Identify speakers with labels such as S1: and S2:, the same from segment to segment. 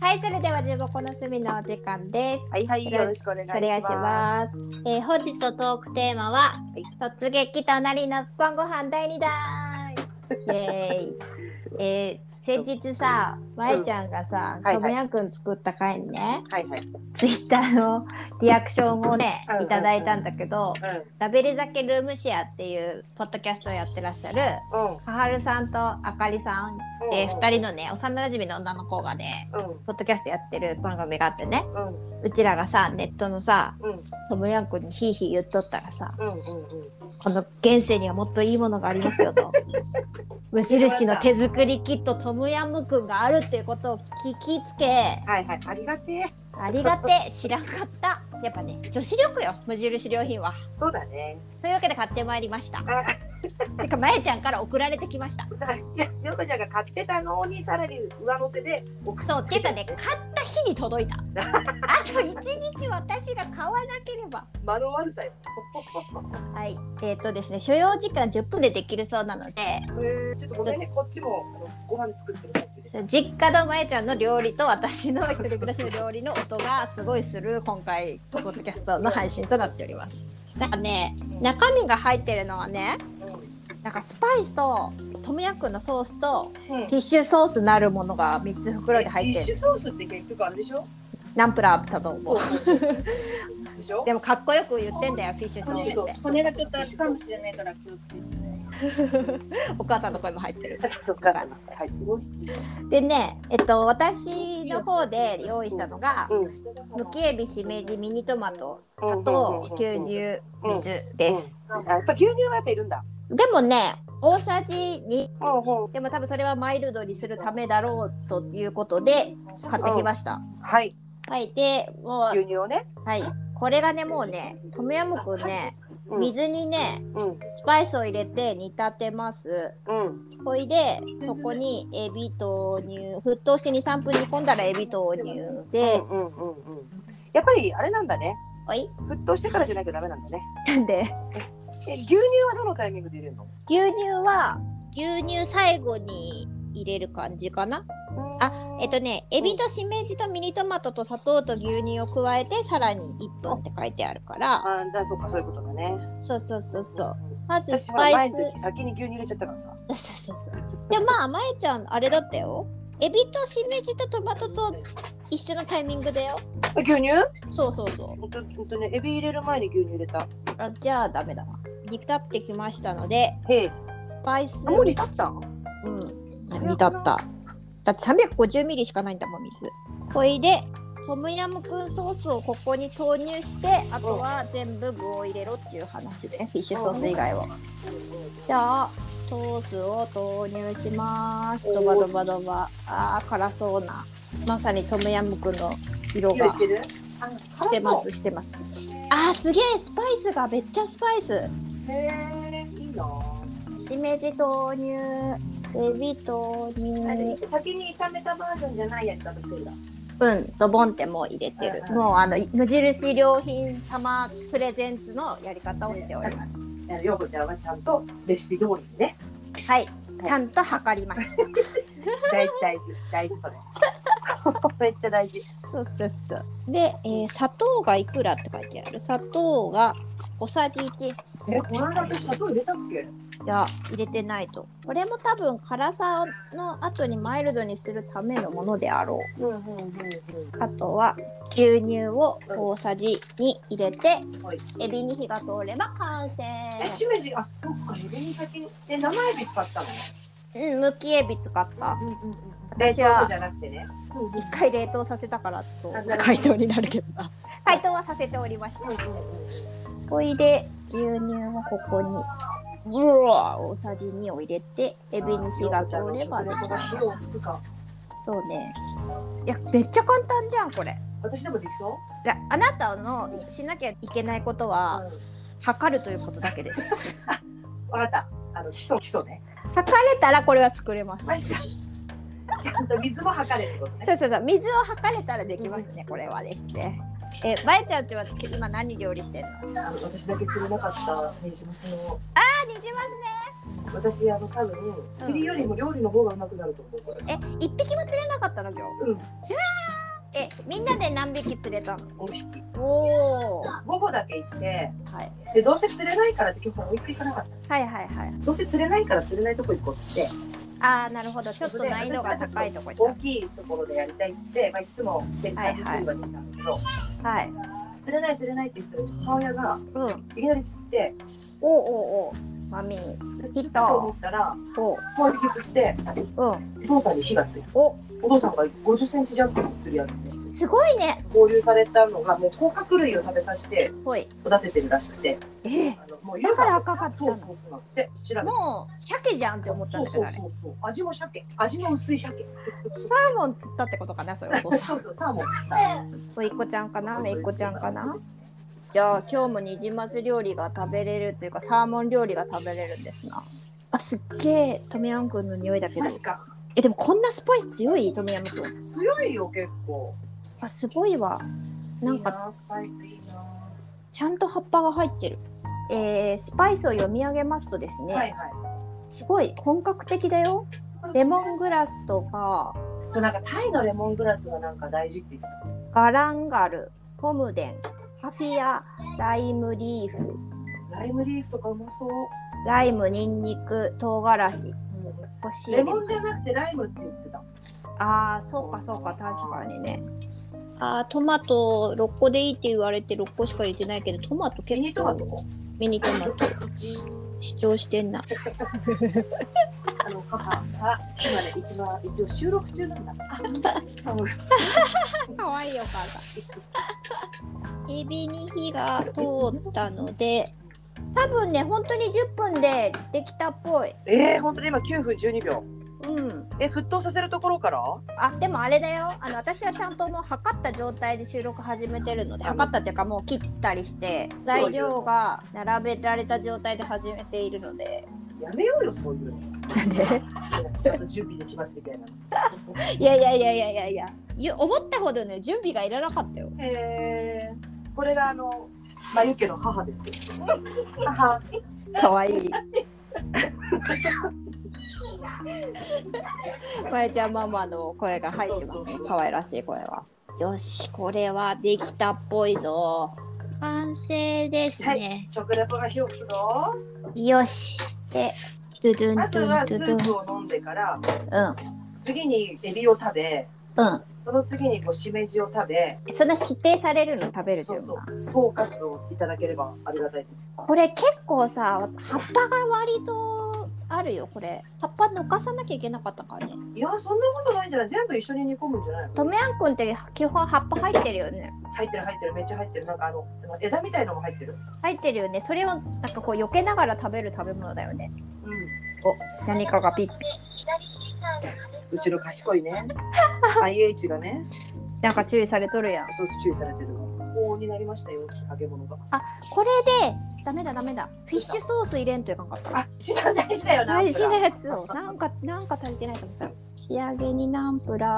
S1: はい、それでは十五個の隅のお時間です。
S2: はいはい、よろしくお願いし
S1: お願いし
S2: ます。
S1: ます。えー、本日のトークテーマは、突撃隣の晩ご飯第二弾。 イエーイ。えー、先日さ、まえちゃんがさ、
S2: はいはい
S1: ともやくん作った回にね、
S2: はいはい。うん。
S1: ツイッターのリアクションをね
S2: うんうんう、ん
S1: いただいたんだけど、ラベル酒ルームシェアっていうポッドキャストをやってらっしゃる、
S2: う
S1: かはるさんとあかりさん
S2: ん。
S1: で、二人のね、幼馴染の女の子がね、ポッドキャストやってる番組があってね、
S2: うん。うん。
S1: うちらがさ、ネットのさ、
S2: うん。うん。うん。
S1: トムヤンクにヒーヒー言っとったらさ、
S2: うん。
S1: この現世にはもっといいものがありますよと。無印の手作りキットトムヤムくんがあるっていうことを聞きつけ、
S2: はいはい。ありがてえ。
S1: ありがてえ、知らんかった。やっぱね、女子力よ、無印良品は。
S2: そうだね。
S1: というわけで買ってまいりました。
S2: あ、
S1: てか、まえちゃんから送られてきました。
S2: さ、いや、ジョコちゃんが買ってたのに、さらに上乗せで送っ
S1: そう、ていうかね、買った日に届いた。あと1日私が買わなければ。
S2: 間の悪さよ。
S1: はい、えっ、とですね、所要時間10分でできるそうなので、
S2: えー、ちょっとごめんね、こっちもあのご飯作ってる最中です。
S1: 実家のまえちゃんの料理と私の一人暮らしの料理の音がすごいする今回ポッドキャストの配信となっております。なんかね、中身が入ってるのはね、なんかスパイスとトムヤクンのソースと
S2: うん。
S1: ティッシュソースなるものが3つ袋で入っ
S2: え
S1: て
S2: ティッ
S1: る。
S2: シュソースって結局あれでしょ
S1: ナンプラーだと思う。
S2: そうそうそうでしょ
S1: でもかっこよく言ってんだよ、フィッシュソースって。
S3: 骨がちょっと足かもしれないから気をつけて。
S1: お母さんの声も入ってる。
S2: そうそう、か。はい。
S1: でね、えっと、私の方で用意したのが、
S2: うん。
S1: むきエビ、しめじ、ミニトマト、砂
S2: うんうんうん
S1: 糖、
S2: うん
S1: 牛乳、水です。
S2: うん。あやっぱ牛乳はやっぱいるんだ。
S1: でもね、大さじ2、
S2: うんうん。
S1: でも多分それはマイルドにするためだろうということで買ってきました。
S2: はい。
S1: はい、で、も
S2: 牛乳をね。
S1: う、はい、これがね、もうね、トムヤムくんね、
S2: うん。
S1: 水にね、
S2: うん。
S1: スパイスを入れて煮立てます。
S2: うん。
S1: ほいで、そこにエビ投入、沸騰して2、3分煮込んだらエビ投入で、
S2: うんうんうんうん。やっぱりあれなんだね。
S1: おい、
S2: 沸騰してからじゃなきゃダメなんだね。
S1: なんで
S2: え、牛乳はどのタイミングで入れるの？
S1: 牛乳は牛乳最後に入れる感じかなあえっとねエビとしめじとミニトマトと砂糖と牛乳を加えてさらに1分って書いてあるから
S2: あ、だそうかそういうことだね。
S1: そうそうそうそうまず
S2: 私
S1: ス
S2: は
S1: パ
S2: 前
S1: イス
S2: の時先に牛乳入れちゃったからさ。
S1: そうそうそうそうでまあまえちゃんあれだったよエビとしめじとトマトと一緒のタイミングだよ
S2: え牛乳？
S1: そうそうそう
S2: 本当本当ねエビ入れる前に牛乳入れた。
S1: あじゃあダメだな煮立ってきましたので
S2: へえ。
S1: スパイス
S2: あもう煮立ったん？
S1: うん、煮立った。だって350ミリしかないんだもん、水。ほいで、トムヤムクンソースをここに投入して、あとは全部具を入れろっていう話で、フィッシュソース以外は。じゃあ、ソースを投入します。ドバドバドバ。あー、辛そうな。まさにトムヤムクンの色
S2: 牛
S1: が
S2: 乳してる？あ
S1: してます、。してます。あー、すげえ、スパイスがめっちゃスパイス。
S2: へえ。いいな。
S1: しめじ投入、エビ投
S2: あ
S1: 入。
S2: で先に炒めたバージョンじゃないやつだとしてるんだ。
S1: うん、ドボンってもう入れてる
S2: うん。うん
S1: もうあの無印良品様プレゼンツのやり方をしております。
S2: あのヨコちゃんはちゃんとレシピ通りに ね。
S1: はい、ちゃんと測りました。
S2: 大事大事大事それ。 めっちゃ大事。
S1: そうそうそう。で、えー砂糖がいくらって書いてある。砂糖が小さじ1。い
S2: え、この間私砂糖入れたっけ？
S1: や、入れてないと。これも多分辛さの後にマイルドにするためのものであろう。
S2: うんうんうんうん。
S1: あとは牛乳を大さじに入れて
S2: はい、
S1: エビに火が通れば完成。
S2: え、しめじ、あ、そっか、エビに先に、え、生エビ使ったの。
S1: うん、むきエビ使った。
S2: うんうんうん。冷
S1: 私
S2: 凍
S1: は
S2: じゃなくてね。
S1: 一回冷凍させたからちょっと
S2: あなるほど
S1: 解凍になるけどな解凍はさせておりましたおいで牛乳はここにうわ大さじ2を入れてエビに火が通れば
S2: ね
S1: ね。
S2: 火を吹くか。
S1: そうねいやめっちゃ簡単じゃんこれ
S2: 私でもできそう。
S1: いやあなたのしなきゃいけないことは
S2: う
S1: 測るということだけです
S2: ん。わかった。あの、基礎基礎 ね。
S1: 測れたらこれは作れま
S2: マ
S1: す
S2: ジかちゃんと水も測れってことね。
S1: そうそうそう水を測れたらできますねこれはですねえまえちゃんちは今何料理してんの
S2: あの私だけ釣れなかった、ねじますの。
S1: あ、にじますね。
S2: 私あの多分釣りよりも料理の方がうまくなると思うこれ
S1: え、一匹も釣れなかったの今日。
S2: うん
S1: え、みんなで何匹釣れたの？
S2: 5匹
S1: おお。は
S2: 午後だけ行って
S1: い。
S2: でどうせ釣れないからって今日もう一回行かなかった
S1: はいはいはい。
S2: どうせ釣れないから釣れないとこ行こうっつって
S1: ああ、なるほど。ちょっと難易度が高いとこ行
S2: 大
S1: っ
S2: きいところでやりたいっつって、まあ、いつも絶対に釣りはに行ったんだけど、
S1: た。はい。
S2: 釣れない釣れないって言ってたら母親が
S1: うん。
S2: いきなり釣って
S1: おおおお。マミー。
S2: ヒ
S1: ット
S2: と思ったら
S1: おう。
S2: もう一匹釣って
S1: うん。
S2: お父さんに火がついた
S1: お、
S2: お父さんが50センチジャンプの釣り上げて
S1: すごいね。
S2: 合流されたのがもう甲殻類を食べさせて
S1: ほい。
S2: 育ててるらしくて
S1: え、
S2: あのもう
S1: だから赤かった
S2: そう
S1: の。
S2: そうそうなんて知らない
S1: もう鮭じゃんって思ったんだけどあれ。
S2: そうそうそうそう味も鮭味の薄い鮭
S1: サーモン釣ったってことかなそれお父さ
S2: そうそうサーモン釣った
S1: ん。おいっ子ちゃんかな、めいっ子ちゃんかな。じゃあ今日もニジマス料理が食べれるというかサーモン料理が食べれるんですな。あすっげえトミヤムクンの匂いだけど。
S2: 確か
S1: えでもこんなスパイス強いトミヤムクン。
S2: 強いよ結構
S1: あすごいわ。なん
S2: いい
S1: か
S2: なスパイスいいな
S1: ちゃんと葉っぱが入ってる。えー、スパイスを読み上げますとですね、
S2: はいは
S1: すごい本格的だよ。レモングラスとか
S2: いそうなんかタイのレモングラスがなんか大事って言ってた
S1: ガランガル、ホムデン、カフィア、ライムリーフ、
S2: ライムリーフとかうまそう、
S1: ライム、ニンニク、唐辛子、干し
S2: レ
S1: 入れ
S2: モンじゃなくてライムって言ってた
S1: ああそうかそうか確かにねあートマト6個でいいって言われて6個しか入れてないけどトマト
S2: ミニ
S1: 結
S2: トマ
S1: 構
S2: トも
S1: ミニトマト主張してんな
S2: あの母が今ね一番一応収録中なんだ。あの
S1: かわいいお母さんエビに火が通ったので多分ね本当に10分でできたっぽい
S2: えー、本当に今9分12秒。
S1: うん
S2: え沸騰させるところから？
S1: あでもあれだよあの私はちゃんともう測った状態で収録始めてるので測ったっていうかもう切ったりして材料が並べられた状態で始めているので
S2: やめようよそういうの。ちょっと準備できますみたいな。
S1: いやいやいやいやいやいやいや思ったほどね準備がいらなかったよ
S2: えー、これがあのまゆけの母ですよ。母
S1: かわ いいまやちゃんママの声が入ってま
S2: そうそう
S1: すね
S2: そう
S1: 可愛らしい声はよしこれはできたっぽいぞ完成です
S2: はい
S1: ね、
S2: 食レポが広くぞ。
S1: よしでドゥドゥ
S2: ま
S1: ン
S2: ず
S1: ドゥ
S2: は
S1: ン
S2: ス
S1: ドゥン
S2: ー
S1: ド
S2: プを飲んでから
S1: ゥン
S2: 次にエビを食べ。
S1: うんうん
S2: その次にこうしめじを食べ、
S1: そんな指定されるの食べると
S2: そ
S1: いううの
S2: そ
S1: は
S2: う、総括をいただければありがたいです。
S1: これ結構さ葉っぱが割とあるよこれ葉っぱ抜かさなきゃいけなかったからね
S2: いや、そんなことないんじゃない全部一緒に煮込むんじゃないの
S1: トメヤンくんって基本葉っぱ入ってるよね。
S2: 入ってる入ってる、めっちゃ入ってる。なんかあの、あの枝みたいのも入ってる。
S1: 入ってるよね。それをなんかこう避けながら食べる食べ物だよね。
S2: うん。
S1: 何かがピッ
S2: うちの賢い ね。IH がね、
S1: なんか注意されとるやん。
S2: そう注意されてる。高温になりましたよ、揚げ物が。
S1: これでダメだダメだ。フィッシュソース入れんといかんかった。
S2: あ、一番大事だよな。
S1: 大事なやつをなんかなんか足りてないと思った。仕上げにナンプラー。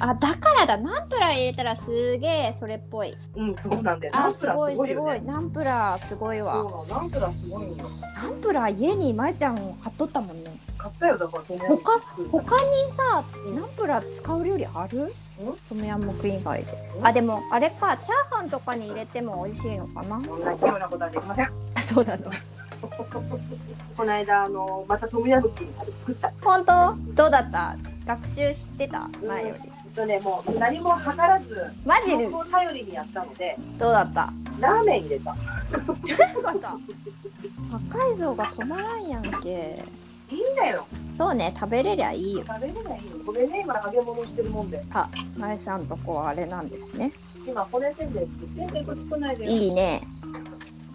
S1: あだからだ。ナンプラー入れたらすげえそれっぽい。
S2: うん、そうなんだよ。ナ
S1: あ
S2: ンプ
S1: す
S2: ラー
S1: ご
S2: す
S1: い
S2: ごい
S1: す
S2: よ
S1: ごい。
S2: ね。
S1: ナンプラーすごいわ。
S2: そうなのナンプラーすごいよ。
S1: ナンプラー家にまえちゃん買っとったもんね。
S2: 買ったよ、だから、友達
S1: 他他にさナンプラー使う料理あるトムヤムクン以外であでもあれかチャーハンとかに入れても美味しいのかな
S2: そんな器用なことはできません。
S1: あそうなの
S2: この間、あの、またトムヤムクンあれ作った。
S1: 本当どうだった学習してた前より
S2: えっとね、もう何も計らず、
S1: マジで
S2: 情報を頼りにやったので、
S1: どうだった
S2: ラーメン入れた。
S1: 破壊像が止まらんやんけ
S2: いいんだよ。
S1: そうね食べれりゃいいよ
S2: 食べれないよ。ごめんね、今揚げ物してるもんで。
S1: まえさんとこはあれなんですね
S2: 今骨せんべい作って。せんべいこれ作ないで
S1: いいね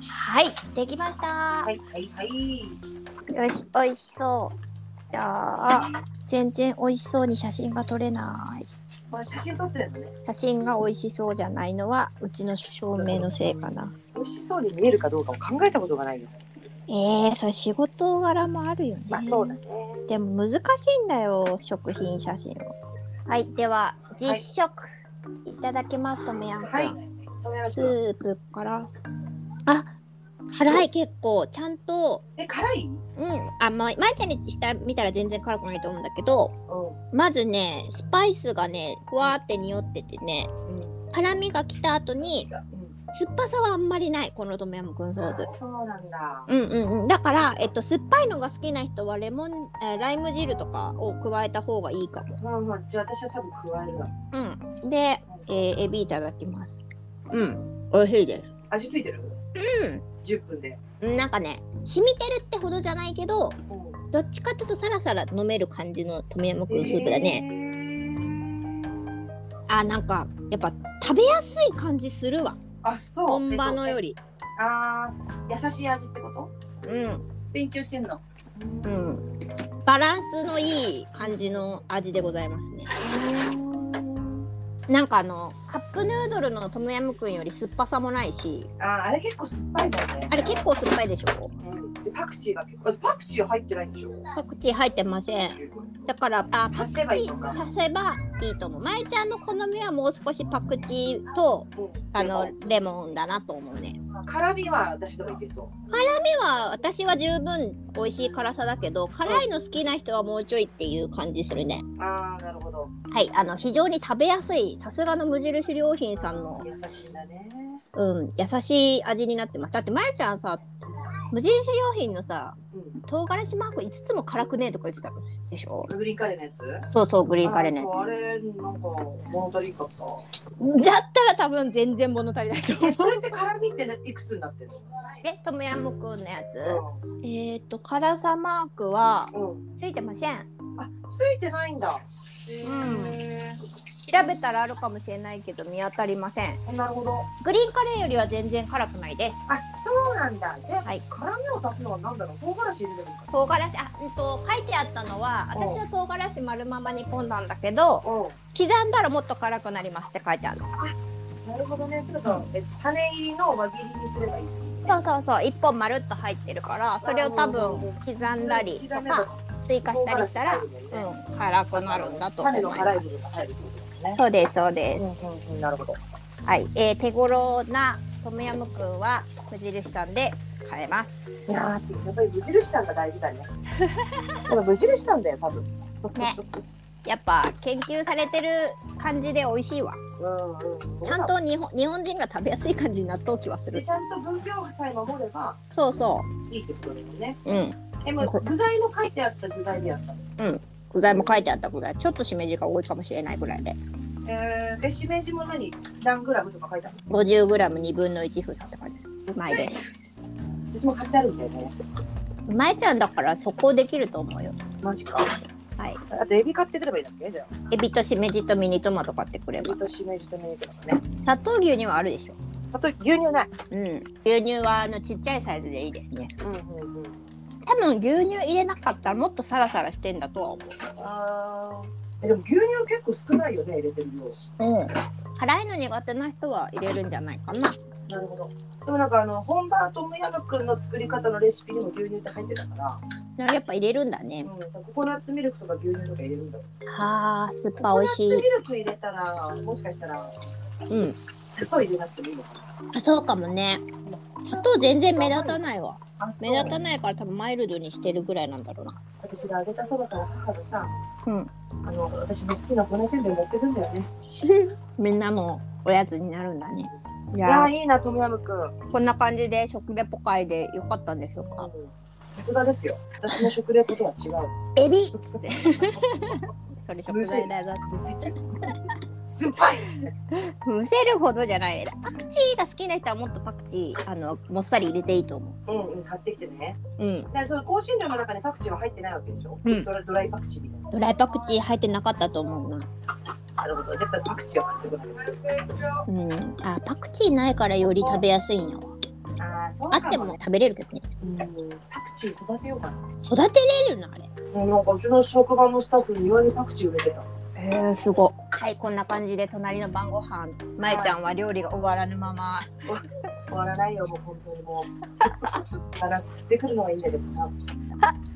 S1: はいできました、
S2: はいはいはい。
S1: よし、美味しそう。じゃあ、全然美味しそうに写真が撮れない。
S2: まあ写真撮ってるのね。
S1: 写真が美味しそうじゃないのは、うちの照明のせいかな。
S2: 美味しそうに見えるかどうかを考えたことがないよ。
S1: えー、それ仕事柄もあるよね。
S2: まあそうだね。
S1: でも難しいんだよ、食品写真は。はい、では、実食。い、ただきますともやんくん。
S2: はい。トムヤム
S1: ス
S2: クン
S1: ープから。あ、辛い結構ちゃんと
S2: え、辛い
S1: うんあまあまいちゃんにした見たら全然辛くないと思うんだけどまずねスパイスがねふわーって匂っててね
S2: うん。
S1: 辛みが来た後に
S2: うん。
S1: 酸っぱさはあんまりないこのトムヤムクンソース
S2: そうなんだ。
S1: うんうんうん、だから、えっと、酸っぱいのが好きな人はレモン、えーライム汁とかを加えた方がいいかも。
S2: うんうん。じゃあ私は多分加えるわ。
S1: うん、で、えーエビいただきます。うん、美味しいで
S2: 味ついてる10分で。
S1: す。うん、なんかね、染みてるってほどじゃないけど、
S2: うん
S1: どっちかっていうとサラサラ飲める感じのトムヤムクンスープだね。
S2: ね。
S1: あ、なんか、やっぱ食べやすい感じするわ。
S2: あ、そう。
S1: 本場のより。
S2: あー優しい味ってこと
S1: うん、
S3: 勉強してんの。
S1: う
S2: うん
S1: ん。バランスのいい感じの味でございますね。なんかあのカップヌードルのトムヤムクンより酸っぱさもないし
S2: あーあれ結構酸っぱいもんね
S1: あれ結構酸っぱいでしょ
S2: うんでパクチーが結構パクチー入ってないんでしょ
S1: パクチー入ってませんだからあパクチ
S2: 足せばいいの
S1: ー
S2: か
S1: 足せばいいと思うまえちゃんの好みはもう少しパクチーとあのレモンだなと思うね
S2: 辛みは私でもいけそう
S1: では私は十分美味しい辛さだけど辛いの好きな人はもうちょいっていう感じするね
S2: ああなるほど
S1: はいあの非常に食べやすいさすがの無印良品さんの、
S2: 優しいんだね
S1: うん、優しい味になってますだってまえちゃんさ無印良品のさ
S2: うん
S1: 唐辛子マーク5つも辛くねえとか言ってたでしょ
S2: グリーンカレーのやつ
S1: そうそうグリーンカレーね
S2: あそうあれなんか物足りんかった
S1: だったら多分全然物足りないと思
S2: え
S1: う
S2: それって辛みってねいくつになってる
S1: えトムヤムクンのやつ
S2: の
S1: えっ、ー、と辛さマークは
S2: うん、うん
S1: ついてません
S2: あついてないんだへ
S1: 調べたらあるかもしれないけど見当たりません
S2: ーなるほど
S1: グリーンカレーよりは全然辛くないです
S2: あ、そうなんだ。じゃあ、
S1: はい
S2: 辛みを足すのはなんだろう。唐辛子入れてもいいか
S1: 唐辛子あ、うんと書いてあったのは
S2: うん
S1: 私は唐辛子丸まま煮込んだんだけど
S2: な。お
S1: 刻んだらもっと辛くなりますって書いてある
S2: なるほどね。ちょっと、え、種入りの輪切りにすればいい。
S1: そうそうそう1本まるっと入ってるからそれを多分刻んだりとか追加したりしたら
S2: 唐辛子入るよね
S1: うん、辛くなるんだと思
S2: 種
S1: い
S2: の
S1: ま
S2: 辛い部
S1: す
S2: 分。が入るってことだね。
S1: そうですそうです。
S2: うんうんうん、なるほど。
S1: はい、えー、手頃なトムヤムクンは無印さんで買えます。
S2: いやー、やっぱり無印感が大事 だね。この無印なんだよ、多分。
S1: ねやっぱ研究されてる感じで美味しいわ。
S2: うんうん。
S1: ちゃん。と日本日本人が食べやすい感じに納豆気はす
S2: で、
S1: る。
S2: ちゃんと分量さえ守れば
S1: そうそ
S2: いいってことだよね。
S1: う。うん。
S2: え、もう具材も書いてあった具材でやったの。
S1: 具材も書いてあったぐらい。ちょっとしめじが多いかもしれないぐらいで。
S2: えー、で、しめじも何何グラムとか書いてある
S1: 50g2 分の1封鎖って感じ。うまいです。
S2: の私も買ってあるんだよね。
S1: まえちゃんだから速攻できると思うよ。
S2: マジか。
S1: はい。
S2: あとエビ買ってくればいいんだっけじゃあ。
S1: エビとしめじとミニトマト買ってくれ
S2: エ
S1: ば
S2: ビ。としめじとミニトマトね。
S1: 砂糖牛乳はあるでしょ。
S2: 砂糖牛乳ない。
S1: うん。牛乳はあのちっちゃいサイズでいいですね。
S2: うんうんうん。
S1: 多分牛乳入れなかったらもっとサラサラしてんだとは思
S2: あーえでも牛乳結構少ないよね入れてる量。
S1: う、うん、辛いの苦手な人は入れるんじゃないかな
S2: なるほど。でもなんかあの本場トムヤムくんの作り方のレシピにも牛乳って入ってたから、
S1: でもやっぱ入れるんだね
S2: うん、ココナッツミルクとか牛乳とか入れるんだよ。
S1: あー酸っ
S2: コ
S1: ぱ
S2: コ
S1: 美味
S2: ナッツ
S1: し
S2: ミ
S1: い
S2: ルク入れたらもしかしたら
S1: うん
S2: 砂糖入れなくてもいいのか
S1: あそうかもね砂糖全然目立たないわ
S2: な。あ
S1: 目立た
S2: い。
S1: ないから多分マイルドにしてるぐらいなんだろうな
S2: 私があげたそばから母がさ、
S1: うん
S2: あの私の好きな骨せんべい持ってくんだよね。
S1: みんなもおやつになるんだねい
S2: いや
S1: や
S2: ーいいなトムヤムくん。
S1: ーこんな感じで食レポ会でよかったんでしょうか
S2: さすがですよ。私の食レポとは違う。
S1: エビっつってそれ食材だぞ
S2: 酸っぱいですね。
S1: むせるほどじゃないパクチーが好きな人はもっとパクチーあのもっさり入れていいと思
S2: うんうん、買ってきてね。
S1: う、うん、
S2: で、その香辛料の中にパクチーは入ってないわけでしょ。
S1: うん
S2: ドラドライパクチーみたいな。
S1: ドライパクチー入ってなかったと思うな、
S2: なるほど。やっぱりパクチーは買ってこない。
S1: うん、あパクチーないからより食べやすいんやわ
S2: ああ、そう
S1: あ
S2: か
S1: っても食べれるけどね
S2: うんパクチー育てようかな。
S1: 育てれるなあれ
S2: うんなんかうちの職場のスタッフに庭にパクチー植えてた。
S1: へえすごはいこんな感じで隣の晩ご飯まえちゃんは料理が終わらぬまま
S2: 終わらないよ、もう本当にもう。あら、釣ってくるのはいいんだけどさ。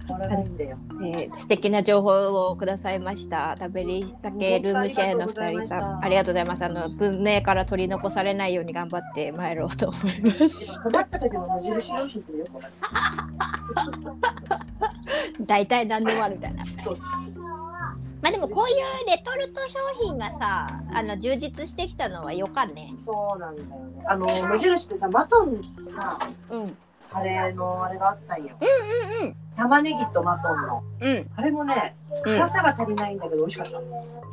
S2: 変わらないんだよ。
S1: えー素敵な情報をくださいました。食べりだけルームシェアの二人さん、あ
S2: あ
S1: り
S2: り
S1: がとうございます。あの文明から取り残されないように頑張って参ろうと思います。
S2: かかった時の無印良品でよくわか
S1: 大体何でもあるみたいな。
S2: る。そうそうそう。
S1: まあでもこういうレトルト商品がさ、あの充実してきたのはよかね。
S2: そうなんだよね。あの無印ってさマトンのさ
S1: うんうん
S2: カレーのあれがあったんよ。
S1: うん
S2: 玉ねぎとマトンの
S1: うん。
S2: あれもね辛さが足りないんだけど美味しかった。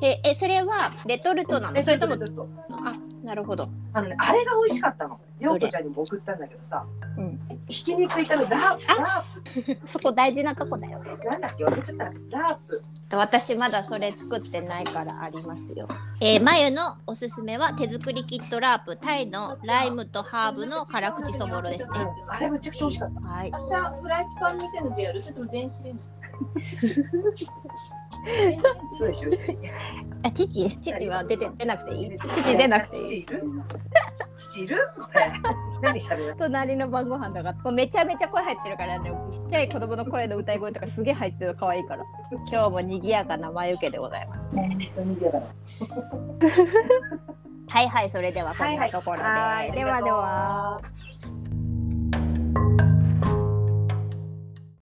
S1: ええそれはレトルトなの？それとも
S2: ちょっと
S1: あなるほど。
S2: あのねあれが美味しかったの。ようこちゃんにも送ったんだけどさ。
S1: うん
S2: ひき肉炒めラープラ
S1: そこ大事なとこだよ。
S2: ープなんだっけ忘れちゃったラープ。
S1: 私まだそれ作ってないからありますよ。えー、まゆのおすすめは手作りキットラープタイのライムとハーブの辛口そぼろですね。
S2: あれめちゃくちゃ美味しかった。
S1: はい。
S3: 明日フライパンみたいのでやるそれとも電子レンジ電子レンジ
S2: そうでしょ。父
S1: あ父父は出て出なくていい。父出なくていい。
S2: 父いる？父いる？これ何しゃべる？
S1: 隣の晩ご飯だからもうめちゃめちゃ声入ってるからねちっちゃい子供の声の歌い声とかすげえ入ってる可愛いから今日も賑やかな前受けでございます
S2: 本当に嫌だ。
S1: はいはいそれではこんなところで、
S2: はい
S1: ではでは。